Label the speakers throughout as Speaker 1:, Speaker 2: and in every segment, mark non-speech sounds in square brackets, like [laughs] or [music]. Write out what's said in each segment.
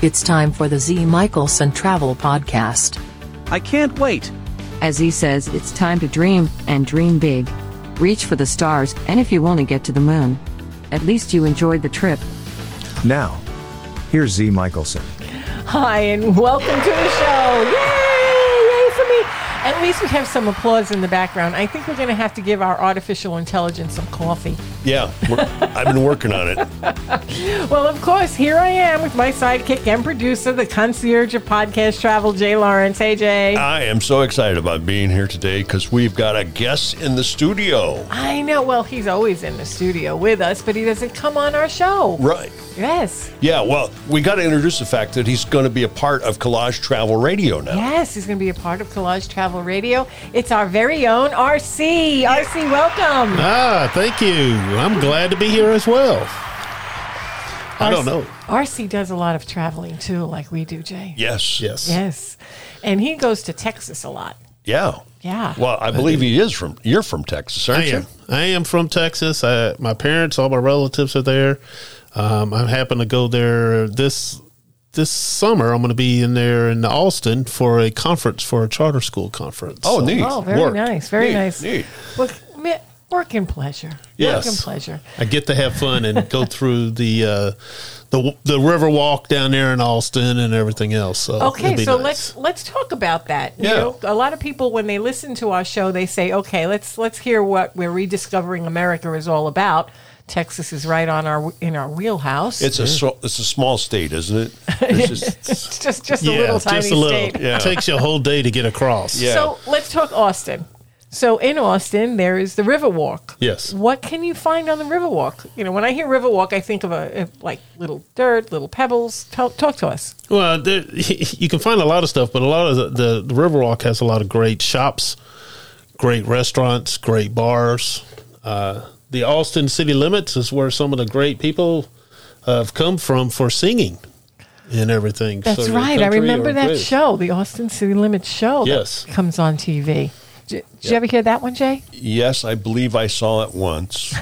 Speaker 1: It's time for the Z. Michelson Travel Podcast.
Speaker 2: I can't wait.
Speaker 3: As he says, it's time to dream, and dream big. Reach for the stars, and if you only get to the moon, at least you enjoyed the trip.
Speaker 4: Now, here's Z. Michelson.
Speaker 5: Hi, and welcome to the show. Yay! Yay for me. At least we have some applause in the background. I think we're going to have to give our artificial intelligence some coffee.
Speaker 6: Yeah, we're- I've been working on it.
Speaker 5: Well, of course, here I am with my sidekick and producer, the concierge of podcast travel, Jay Lawrence. Hey, Jay.
Speaker 7: Uh,
Speaker 6: I am so excited about being here today because we've got a guest in the studio.
Speaker 5: I know. Well, he's always in the studio with us, but he doesn't come on our show.
Speaker 6: Right.
Speaker 5: Yes.
Speaker 6: Yeah, well, we got to introduce the fact that he's going to be a part of Collage Travel Radio now.
Speaker 5: Yes, he's going to be a part of Collage Travel Radio. It's our very own RC. RC, welcome.
Speaker 7: Ah, thank you. I'm glad to be here as well. I don't know.
Speaker 5: RC does a lot of traveling too, like we do, Jay.
Speaker 6: Yes.
Speaker 7: Yes.
Speaker 5: Yes. And he goes to Texas a lot.
Speaker 6: Yeah.
Speaker 5: Yeah.
Speaker 6: Well, I believe he is from, you're from Texas,
Speaker 7: I
Speaker 6: aren't
Speaker 7: am.
Speaker 6: you?
Speaker 7: I am from Texas. I, my parents, all my relatives are there. Um, I happen to go there this this summer. I'm going to be in there in Austin for a conference for a charter school conference.
Speaker 6: Oh,
Speaker 7: So-
Speaker 6: neat.
Speaker 5: Oh, very
Speaker 7: Work.
Speaker 5: nice. Very
Speaker 6: Neat,
Speaker 5: nice.
Speaker 6: neat.
Speaker 5: Well, ma- work and pleasure.
Speaker 7: Yes.
Speaker 5: Work and pleasure.
Speaker 7: I get to have fun and go through the uh, the the river walk down there in Austin and everything else. So
Speaker 5: Okay,
Speaker 7: it'll be
Speaker 5: so
Speaker 7: nice.
Speaker 5: let's let's talk about that.
Speaker 6: Yeah.
Speaker 5: a lot of people when they listen to our show, they say, "Okay, let's let's hear what we're rediscovering America is all about." Texas is right on our in our wheelhouse.
Speaker 6: It's a so, it's a small state, isn't it?
Speaker 5: [laughs]
Speaker 6: It's just-
Speaker 5: It's [laughs] just just a little tiny state.
Speaker 7: It takes you a whole day to get across.
Speaker 6: Yeah.
Speaker 5: So let's talk Austin. So in Austin, there is the Riverwalk.
Speaker 7: Yes.
Speaker 5: What can you find on the Riverwalk? You know, when I hear Riverwalk, I think of a, of, like little dirt, little pebbles. Talk, talk to us.
Speaker 7: Well, there, [laughs] you can find a lot of stuff, but a lot of the, the, the Riverwalk has a lot of great shops, great restaurants, great bars. Uh, the Austin city limits is where some of the great people uh, have come from for singing and everything.
Speaker 5: That's
Speaker 7: So the
Speaker 5: right. I
Speaker 7: country
Speaker 5: remember
Speaker 7: or
Speaker 5: that
Speaker 7: great.
Speaker 5: show, [laughs] the Austin City Limits show. that
Speaker 7: Yes.
Speaker 5: comes on TV. Did, did you ever hear that one, Jay?
Speaker 6: yes, I believe I saw it once.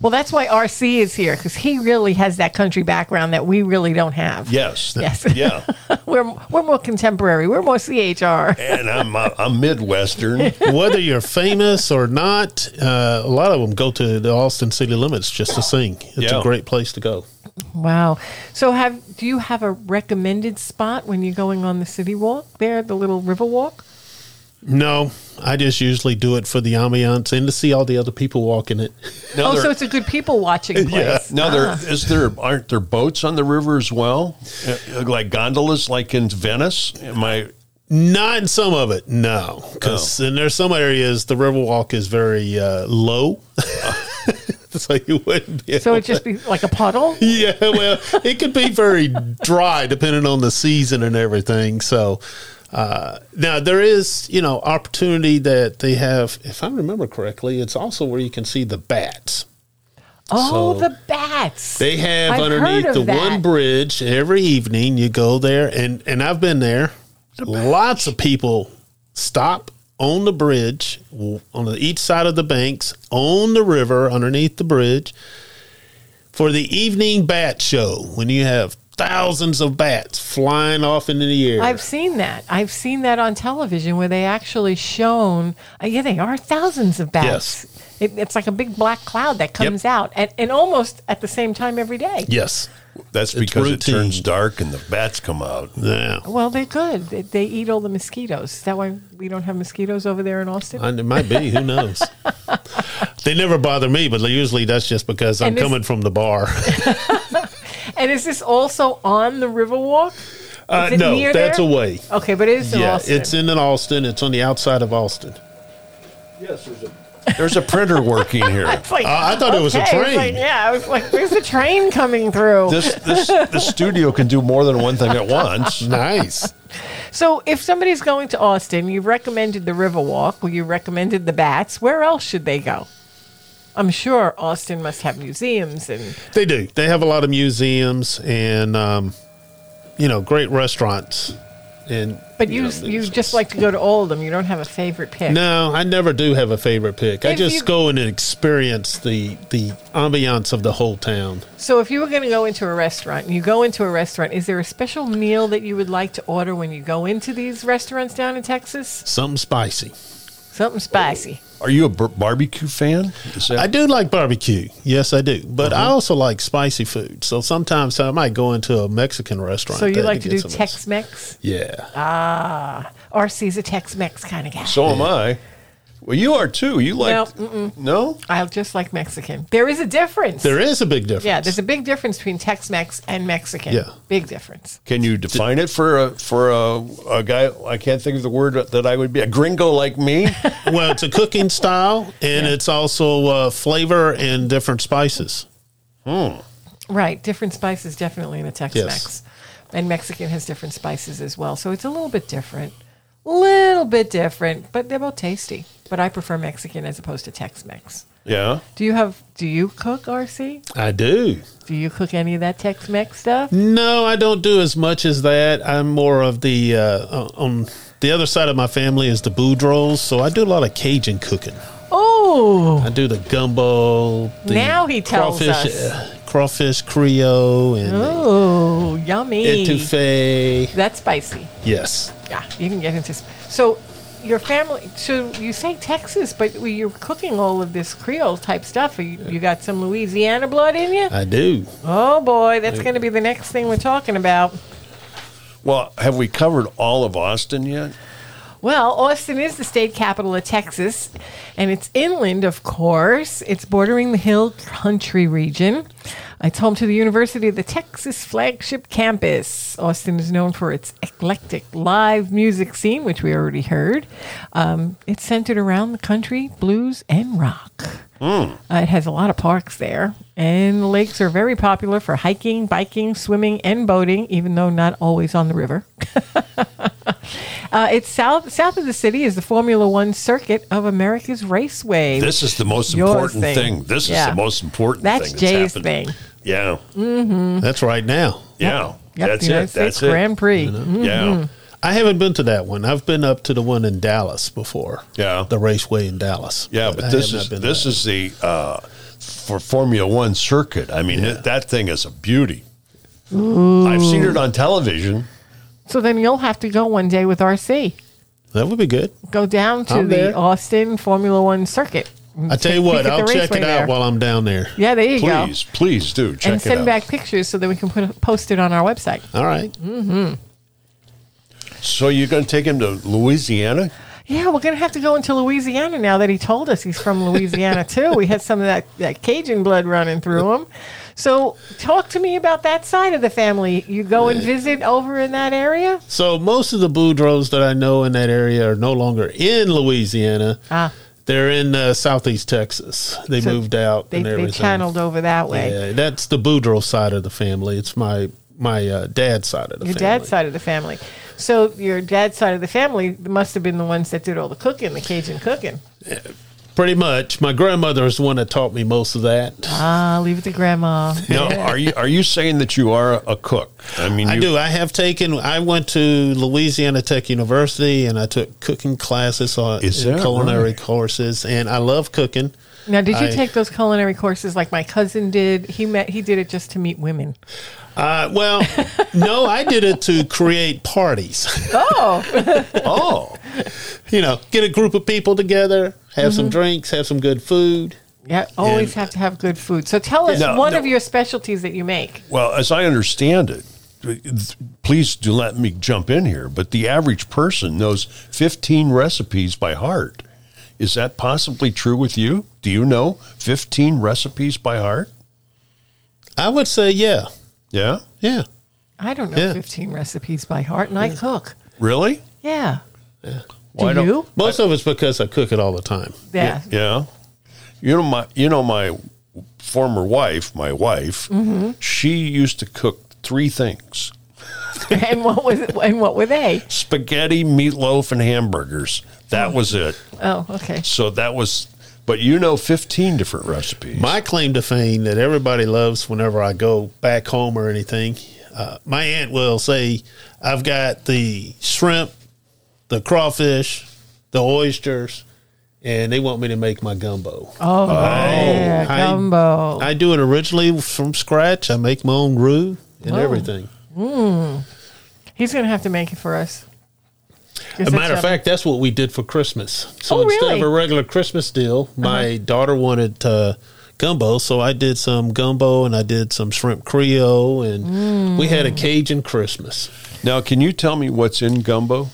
Speaker 5: Well, that's why RC is here because he really has that country background that we really don't have.
Speaker 6: Yes.
Speaker 5: Yes.
Speaker 6: Yeah.
Speaker 5: [laughs] we're we're more contemporary. We're more CHR.
Speaker 6: And I'm uh,
Speaker 5: [laughs]
Speaker 6: I'm Midwestern.
Speaker 7: Whether you're famous or not, uh, a lot of them go to the Austin city limits just to sing. It's
Speaker 6: Yeah.
Speaker 7: a great place to go.
Speaker 5: Wow. So have do you have a recommended spot when you're going on the city walk there, the little river walk?
Speaker 7: No, I just usually do it for the ambiance and to see all the other people walking it.
Speaker 6: Now
Speaker 5: oh,
Speaker 6: there-
Speaker 5: so it's a good people
Speaker 7: [laughs]
Speaker 5: watching place.
Speaker 6: Now there is there aren't there boats on the river as well, Uh, like gondolas, like in Venice. Am I?
Speaker 7: Not in some of it, no, because and there's some areas the Riverwalk is very uh, low, [laughs] so you wouldn't be.
Speaker 5: So
Speaker 7: able
Speaker 5: it just be like a puddle?
Speaker 7: to- [laughs] yeah, well, it could be very dry depending on the season and everything. So uh, now there is, you know, opportunity that they have. If I remember correctly, it's also where you can see the bats.
Speaker 5: Oh,
Speaker 7: So-
Speaker 5: the bats.
Speaker 7: They have
Speaker 5: I've heard
Speaker 7: underneath
Speaker 5: of
Speaker 7: the
Speaker 5: that.
Speaker 7: one bridge every evening. You go there, and and I've been there. Lots of people stop on the bridge w- on the, each side of the banks on the river underneath the bridge for the evening bat show when you have thousands of bats flying off into the air.
Speaker 5: I've seen that. I've seen that on television where they actually shown. Uh, yeah, they are thousands of bats. It, it's like a big black cloud that comes out and, and almost at the same time every day.
Speaker 7: yes.
Speaker 6: That's
Speaker 7: It's
Speaker 6: because it
Speaker 7: routine.
Speaker 6: turns dark and the bats come out.
Speaker 7: Yeah.
Speaker 5: Well, they're good. They, they eat all the mosquitoes. Is that why we don't have mosquitoes over there in Austin?
Speaker 7: And It might be.
Speaker 5: [laughs]
Speaker 7: Who knows? they never bother me, but usually that's just because I'm
Speaker 5: And this-
Speaker 7: coming from
Speaker 5: [laughs]
Speaker 7: the bar.
Speaker 5: And is this also on the Riverwalk?
Speaker 7: Uh,
Speaker 5: it
Speaker 7: no,
Speaker 5: near
Speaker 7: that's
Speaker 5: there?
Speaker 7: a way.
Speaker 5: Okay, but it is in
Speaker 7: yeah,
Speaker 5: Austin.
Speaker 7: it's in an Austin. It's on the outside of Austin.
Speaker 6: Yes, there's a there's a printer working here.
Speaker 5: It's like,
Speaker 7: I- I thought it was a
Speaker 5: okay, it's
Speaker 7: train.
Speaker 5: like, yeah, I was like, there's a train coming through.
Speaker 6: This this the studio can do more than one thing at once.
Speaker 7: [laughs] Nice.
Speaker 5: so if somebody's going to Austin, you've recommended the Riverwalk, or you recommended the Bats. Where else should they go? I'm sure Austin must have museums and
Speaker 7: they do. They have a lot of museums and, um, you know, great restaurants and
Speaker 5: But you,
Speaker 7: know,
Speaker 5: s- you
Speaker 7: there's-
Speaker 5: just like to go to all of them. You don't have a favorite pick.
Speaker 7: No, I never do have a favorite pick. I
Speaker 5: If
Speaker 7: just
Speaker 5: you-
Speaker 7: go in and experience the the ambiance of the whole town.
Speaker 5: So if you were going to go into a restaurant, and you go into a restaurant, is there a special meal that you would like to order when you go into these restaurants down in Texas?
Speaker 7: Something spicy.
Speaker 5: Something spicy.
Speaker 6: Are you a b- barbecue fan? Is that-
Speaker 7: I do like barbecue. Yes, I do. But I also like spicy food. So sometimes I might go into a Mexican restaurant.
Speaker 5: So you
Speaker 7: there
Speaker 5: like to
Speaker 7: get
Speaker 5: do Ah.
Speaker 7: some of this.
Speaker 5: Tex-Mex?
Speaker 7: Yeah.
Speaker 5: RC's a Tex-Mex kind of guy.
Speaker 6: So am I. Well, you are too. You like
Speaker 5: No,
Speaker 6: no?
Speaker 5: I just like Mexican. There is a difference.
Speaker 7: There is a big difference.
Speaker 5: Yeah, there's a big difference between Tex-Mex and Mexican.
Speaker 7: Yeah.
Speaker 5: Big difference.
Speaker 6: Can you define it for a for a, a guy? I can't think of the word that I would be a gringo like me.
Speaker 7: well, it's a cooking style, and it's also uh, flavor and different spices.
Speaker 5: Right, different spices definitely in a Tex-Mex. And Mexican has different spices as well. So it's a little bit different. Little bit different, but they're both tasty. But I prefer Mexican as opposed to Tex-Mex.
Speaker 6: yeah.
Speaker 5: Do you have do you cook RC?
Speaker 7: I do.
Speaker 5: Do you cook any of that Tex-Mex stuff?
Speaker 7: No, I don't do as much as that. I'm more of the uh, on the other side of my family is the boudreaux, so I do a lot of Cajun cooking.
Speaker 5: Oh,
Speaker 7: I do the gumbo. The
Speaker 5: Now he tells
Speaker 7: crawfish,
Speaker 5: us.
Speaker 7: uh, crawfish Creole and the
Speaker 5: oh, yummy.
Speaker 7: etouffee.
Speaker 5: That's spicy.
Speaker 7: Yes,
Speaker 5: Yeah, you can get into. sp- So, your family. So you say Texas, but we- you're cooking all of this Creole type stuff. You, you got some Louisiana blood in you.
Speaker 7: I do.
Speaker 5: Oh boy, that's going to be the next thing we're talking about.
Speaker 6: Well, have we covered all of Austin yet?
Speaker 5: Well, Austin is the state capital of Texas, and it's inland, of course. It's bordering the Hill Country region. It's home to the University of the Texas flagship campus. Austin is known for its eclectic live music scene, which we already heard. Um, it's centered around the country, blues, and rock. Uh, it has a lot of parks there, and the lakes are very popular for hiking, biking, swimming, and boating, even though not always on the river. [laughs] Uh, it's south south of the city is the Formula One circuit of America's Raceway.
Speaker 6: This is the most
Speaker 5: Your
Speaker 6: important
Speaker 5: thing.
Speaker 6: thing. This is
Speaker 5: Yeah.
Speaker 6: the most important
Speaker 5: that's
Speaker 6: thing.
Speaker 5: Jay's
Speaker 6: happened.
Speaker 5: thing. Mm-hmm.
Speaker 6: Yeah.
Speaker 7: That's right now.
Speaker 6: Yeah.
Speaker 5: Yep,
Speaker 6: that's
Speaker 5: the United
Speaker 6: it.
Speaker 5: States
Speaker 6: that's it.
Speaker 5: Grand Prix. Mm.
Speaker 6: Yeah.
Speaker 7: I haven't been to that one. I've been up to the one in Dallas before.
Speaker 6: Yeah.
Speaker 7: the raceway in Dallas.
Speaker 6: Yeah,
Speaker 7: I
Speaker 6: but this
Speaker 7: have not
Speaker 6: is
Speaker 7: been
Speaker 6: this
Speaker 7: there.
Speaker 6: is the uh, for Formula One circuit. I mean, it, that thing is a beauty. I've seen it on television.
Speaker 5: So then you'll have to go one day with RC.
Speaker 7: that would be good.
Speaker 5: Go down to
Speaker 7: I'm
Speaker 5: the
Speaker 7: there.
Speaker 5: Austin Formula One circuit.
Speaker 7: I tell you
Speaker 5: peek
Speaker 7: what,
Speaker 5: at the
Speaker 7: I'll check
Speaker 5: raceway
Speaker 7: it out
Speaker 5: there.
Speaker 7: while I'm down there.
Speaker 5: Yeah, there you go.
Speaker 6: Please, please do check
Speaker 5: and
Speaker 6: it
Speaker 5: send
Speaker 6: out.
Speaker 5: back pictures so that we can put post it on our website.
Speaker 7: All right.
Speaker 6: So you're going to take him to
Speaker 7: [laughs]
Speaker 6: Louisiana?
Speaker 5: Yeah, we're gonna have to go into Louisiana now that he told us he's from [laughs] Louisiana too. We had some of that, that Cajun blood running through him. So talk to me about that side of the family. You go and visit over in that area?
Speaker 7: So most of the Boudreaux that I know in that area are no longer in Louisiana.
Speaker 5: Ah.
Speaker 7: They're in uh, southeast Texas. They
Speaker 5: So
Speaker 7: moved out.
Speaker 5: They,
Speaker 7: and
Speaker 5: they
Speaker 7: everything.
Speaker 5: channeled over that way.
Speaker 7: Yeah, that's the Boudreaux side of the family. It's my my uh, dad's side of the
Speaker 5: Your
Speaker 7: family.
Speaker 5: dad's side of the family. So your dad's side of the family must have been the ones that did all the cooking, the Cajun cooking.
Speaker 7: Pretty much. My grandmother is the one that taught me most of that.
Speaker 5: Ah, leave it to [laughs] grandma.
Speaker 6: No, are you are you saying that you are a cook? I mean,
Speaker 7: I
Speaker 6: you,
Speaker 7: do. I have taken. I went to Louisiana Tech University and I took cooking classes on
Speaker 6: Is
Speaker 7: and
Speaker 6: that
Speaker 7: culinary
Speaker 6: right?
Speaker 7: courses, and I love cooking.
Speaker 5: Now, did you
Speaker 7: I-
Speaker 5: take those culinary courses like my cousin did? He met he did it just to meet women.
Speaker 7: Uh, well, [laughs] no, I did it to create parties. [laughs]
Speaker 5: Oh,
Speaker 6: Oh,
Speaker 7: you know, get a group of people together, have
Speaker 6: Mm-hmm.
Speaker 7: some drinks, have some good food.
Speaker 5: yeah. Always
Speaker 7: Yeah.
Speaker 5: have to have good food. So tell us
Speaker 6: No,
Speaker 5: one
Speaker 6: no.
Speaker 5: of your specialties that you make.
Speaker 6: well, as I understand it, th- please do let me jump in here. But the average person knows 15 recipes by heart. Is that possibly true with you? Do you know 15 recipes by heart?
Speaker 7: I would say, yeah,
Speaker 6: Yeah,
Speaker 7: yeah.
Speaker 5: I don't know
Speaker 7: Yeah.
Speaker 5: fifteen recipes by heart, and I cook.
Speaker 6: really?
Speaker 5: Yeah.
Speaker 6: Why
Speaker 5: Do
Speaker 6: don't-
Speaker 7: [laughs]
Speaker 5: you?
Speaker 7: Most of it's because I cook it all the time.
Speaker 5: Yeah.
Speaker 6: Yeah. You know my you know my former wife, my wife, she used to cook three things.
Speaker 5: and what was it, and what were they?
Speaker 6: Spaghetti, meatloaf and hamburgers. That was it.
Speaker 5: Oh, okay.
Speaker 6: So that was but you know 15 different recipes.
Speaker 7: My claim to fame that everybody loves whenever I go back home or anything, uh, my aunt will say, I've got the shrimp, the crawfish, the oysters, and they want me to make my gumbo.
Speaker 5: Oh, yeah,
Speaker 7: I-
Speaker 5: gumbo.
Speaker 7: I do it originally from scratch. I make my own roux and
Speaker 5: Whoa.
Speaker 7: everything.
Speaker 5: He's going to have to make it for us.
Speaker 7: As a matter of fact, that's what we did for Christmas. So
Speaker 5: Oh,
Speaker 7: instead of
Speaker 5: really? Uh-huh.
Speaker 7: a regular Christmas deal, my daughter wanted uh, gumbo, so I did some gumbo and I did some shrimp creole, and
Speaker 5: Mm.
Speaker 7: we had a Cajun Christmas.
Speaker 6: Now, can you tell me what's in gumbo?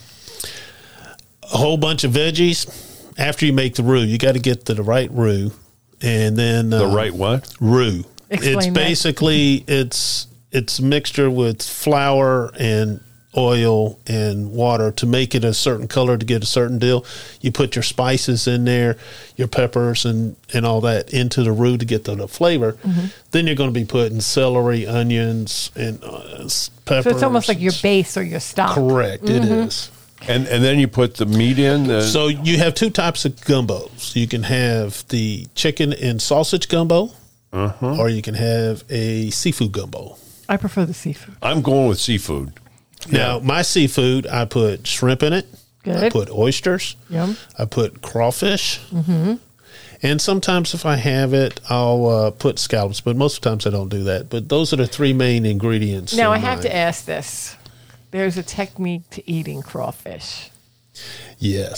Speaker 7: a whole bunch of veggies. After you make the roux, you got to get to the right roux, and then
Speaker 6: The
Speaker 7: uh,
Speaker 6: right what?
Speaker 7: roux.
Speaker 5: Explain
Speaker 7: it's
Speaker 5: that.
Speaker 7: basically it's it's mixture with flour and oil and water to make it a certain color to get a certain deal. You put your spices in there, your peppers and and all that into the roux to get the, the flavor.
Speaker 5: Mm-hmm.
Speaker 7: Then you're going to be putting celery, onions, and uh, s- peppers.
Speaker 5: so it's almost like Mm-hmm. your base or your stock.
Speaker 7: correct. it is.
Speaker 6: And and then you put the meat in. The,
Speaker 7: So you have two types of gumbos. You can have the chicken and sausage gumbo, or you can have a seafood gumbo.
Speaker 5: I prefer the seafood.
Speaker 6: I'm going with seafood.
Speaker 7: Now, my seafood, I put shrimp in it. I
Speaker 5: Good.
Speaker 7: put oysters.
Speaker 5: Yum.
Speaker 7: I put crawfish. Mm-hmm. And sometimes, if I have it, I'll uh, put scallops. But most of the times, I don't do that. But those are the three main ingredients.
Speaker 5: Now,
Speaker 7: in
Speaker 5: I have
Speaker 7: mine.
Speaker 5: to ask this. There's a technique to eating crawfish. [laughs]
Speaker 7: Yes.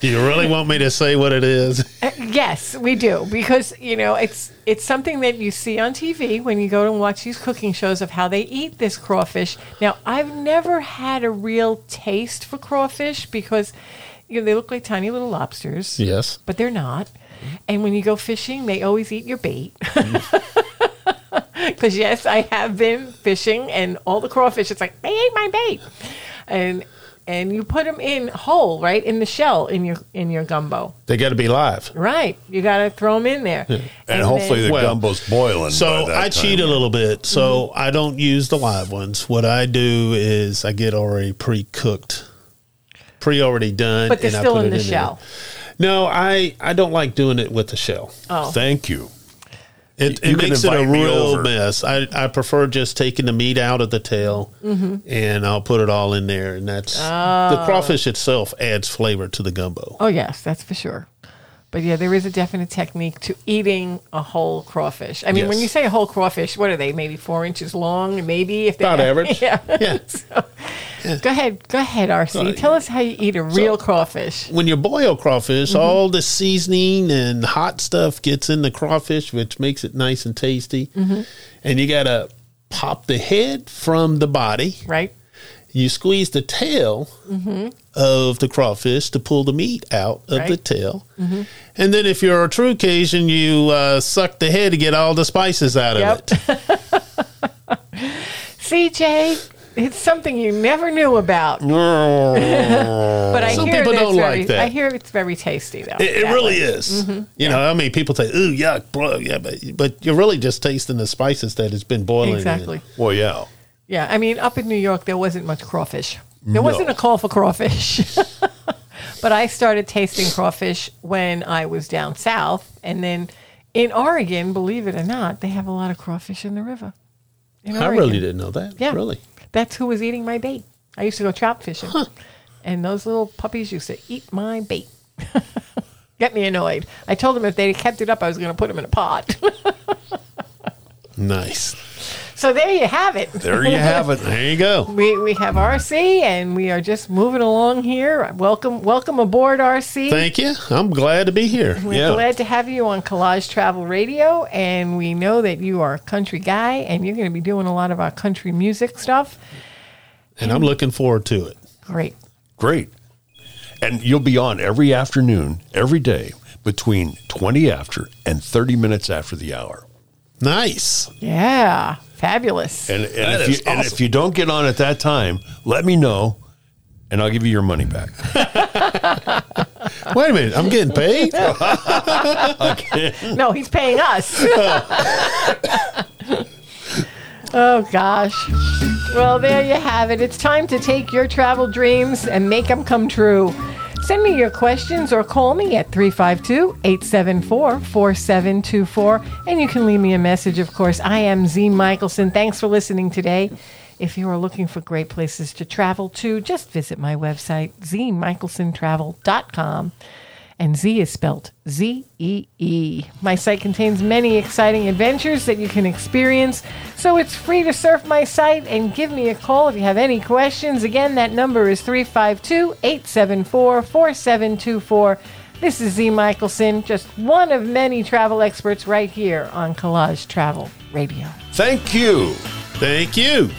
Speaker 7: Do you really want me to say what it is?
Speaker 5: Yes, we do because you know it's it's something that you see on TV when you go and watch these cooking shows of how they eat this crawfish. Now, I've never had a real taste for crawfish because you know they look like tiny little lobsters,
Speaker 7: Yes.
Speaker 5: but they're not. And when you go fishing, they always eat your bait. [laughs] Because yes, I have been fishing, and all the crawfish, it's like they ate my bait, and and you put them in whole, right in the shell in your in your gumbo.
Speaker 7: They got to be live.
Speaker 5: Right. You got to throw them in there. And,
Speaker 6: And, hopefully
Speaker 5: then-
Speaker 6: the
Speaker 7: Well,
Speaker 6: gumbo's boiling.
Speaker 7: So
Speaker 6: by that
Speaker 7: I cheat
Speaker 6: time.
Speaker 7: a little bit. So
Speaker 5: Mm-hmm.
Speaker 7: I don't use the live ones. What I do is I get already pre cooked, pre already done.
Speaker 5: but they're
Speaker 7: and I
Speaker 5: still in
Speaker 7: put it
Speaker 5: the
Speaker 7: there.
Speaker 5: shell.
Speaker 7: No, I, I don't like doing it with the shell.
Speaker 5: Oh.
Speaker 6: Thank you.
Speaker 7: It,
Speaker 6: You
Speaker 7: it
Speaker 6: can
Speaker 7: makes it a
Speaker 6: invite me
Speaker 7: real
Speaker 6: over.
Speaker 7: mess. I, I prefer just taking the meat out of the tail
Speaker 5: Mm-hmm.
Speaker 7: and I'll put it all in there. And that's the crawfish itself adds flavor to the gumbo.
Speaker 5: Oh, yes, that's for sure. But yeah, there is a definite technique to eating a whole crawfish. I mean, when
Speaker 7: Yes.
Speaker 5: you say a whole crawfish, what are they? Maybe four inches long? Maybe if they
Speaker 7: About average.
Speaker 5: [laughs] Yeah.
Speaker 7: Yeah.
Speaker 5: So, Go ahead, go ahead, RC.
Speaker 7: Uh,
Speaker 5: Tell us how you eat a real crawfish.
Speaker 7: when you boil crawfish,
Speaker 5: Mm-hmm.
Speaker 7: all the seasoning and hot stuff gets in the crawfish, which makes it nice and tasty.
Speaker 5: Mm-hmm.
Speaker 7: And you gotta pop the head from the body.
Speaker 5: Right.
Speaker 7: You squeeze the tail of the crawfish to pull the meat out of the
Speaker 5: Mm-hmm. Right. Mm-hmm.
Speaker 7: tail. And then, if you're a true Cajun, you uh, suck the head to get all the spices out
Speaker 5: Yep.
Speaker 7: of it.
Speaker 5: CJ, it's something you never knew about. [laughs]
Speaker 7: [laughs]
Speaker 5: But I
Speaker 7: Some
Speaker 5: hear
Speaker 7: people
Speaker 5: that it's
Speaker 7: don't
Speaker 5: very,
Speaker 7: like that.
Speaker 5: I hear it's very tasty though.
Speaker 7: It, it
Speaker 5: that
Speaker 7: really
Speaker 5: way. Mm-hmm.
Speaker 7: is. You know, I mean, people say, "Ooh, yuck, bro," yeah, but but you're really just tasting the spices that has been boiling. in it.
Speaker 5: Exactly.
Speaker 6: Well, yeah.
Speaker 5: Yeah, I mean, up in New York, there wasn't much crawfish. There wasn't a call for crawfish. [laughs] but I started tasting crawfish when I was down south. And then in Oregon, believe it or not, they have a lot of crawfish in the river. In
Speaker 7: I
Speaker 5: Oregon.
Speaker 7: really didn't know that.
Speaker 5: Yeah.
Speaker 7: Really.
Speaker 5: That's who was eating my bait. I used to go trout fishing. And those little puppies used to eat my bait. [laughs] Get me annoyed. I told them if they kept it up, I was going to put them in a pot. [laughs]
Speaker 7: Nice.
Speaker 5: so there you have it.
Speaker 6: There
Speaker 5: [laughs]
Speaker 6: you have it.
Speaker 7: There you go.
Speaker 5: We, we have RC and we are just moving along here. Welcome welcome aboard RC.
Speaker 7: Thank you. I'm glad to be here.
Speaker 5: We're
Speaker 6: yeah.
Speaker 5: glad to have you on Collage Travel Radio and we know that you are a country guy and you're going to be doing a lot of our country music stuff.
Speaker 7: And I'm looking forward to it.
Speaker 5: Great.
Speaker 6: Great. And you'll be on every afternoon, every day, between 20 after and 30 minutes after the hour.
Speaker 7: Nice.
Speaker 5: Yeah. Fabulous.
Speaker 6: And, and,
Speaker 7: That
Speaker 6: if,
Speaker 7: is
Speaker 6: you, and if
Speaker 7: awesome.
Speaker 6: you don't get on at that time, let me know and I'll give you your money
Speaker 7: [laughs]
Speaker 6: back.
Speaker 7: Wait a minute. I'm
Speaker 5: [laughs]
Speaker 7: getting paid?
Speaker 5: No, he's paying us. oh, gosh. Well, there you have it. It's time to take your travel dreams and make them come true. Send me your questions or call me at 352 874 4724. And you can leave me a message, of course. I am Z Michelson. Thanks for listening today. If you are looking for great places to travel to, just visit my website, zmichelsontravel.com. And Z is spelled Z E E. My site contains many exciting adventures that you can experience, so it's free to surf my site and give me a call if you have any questions. Again, that number is 352 874 4724. This is Z Michelson, just one of many travel experts right here on Collage Travel Radio.
Speaker 6: Thank you.
Speaker 7: Thank you.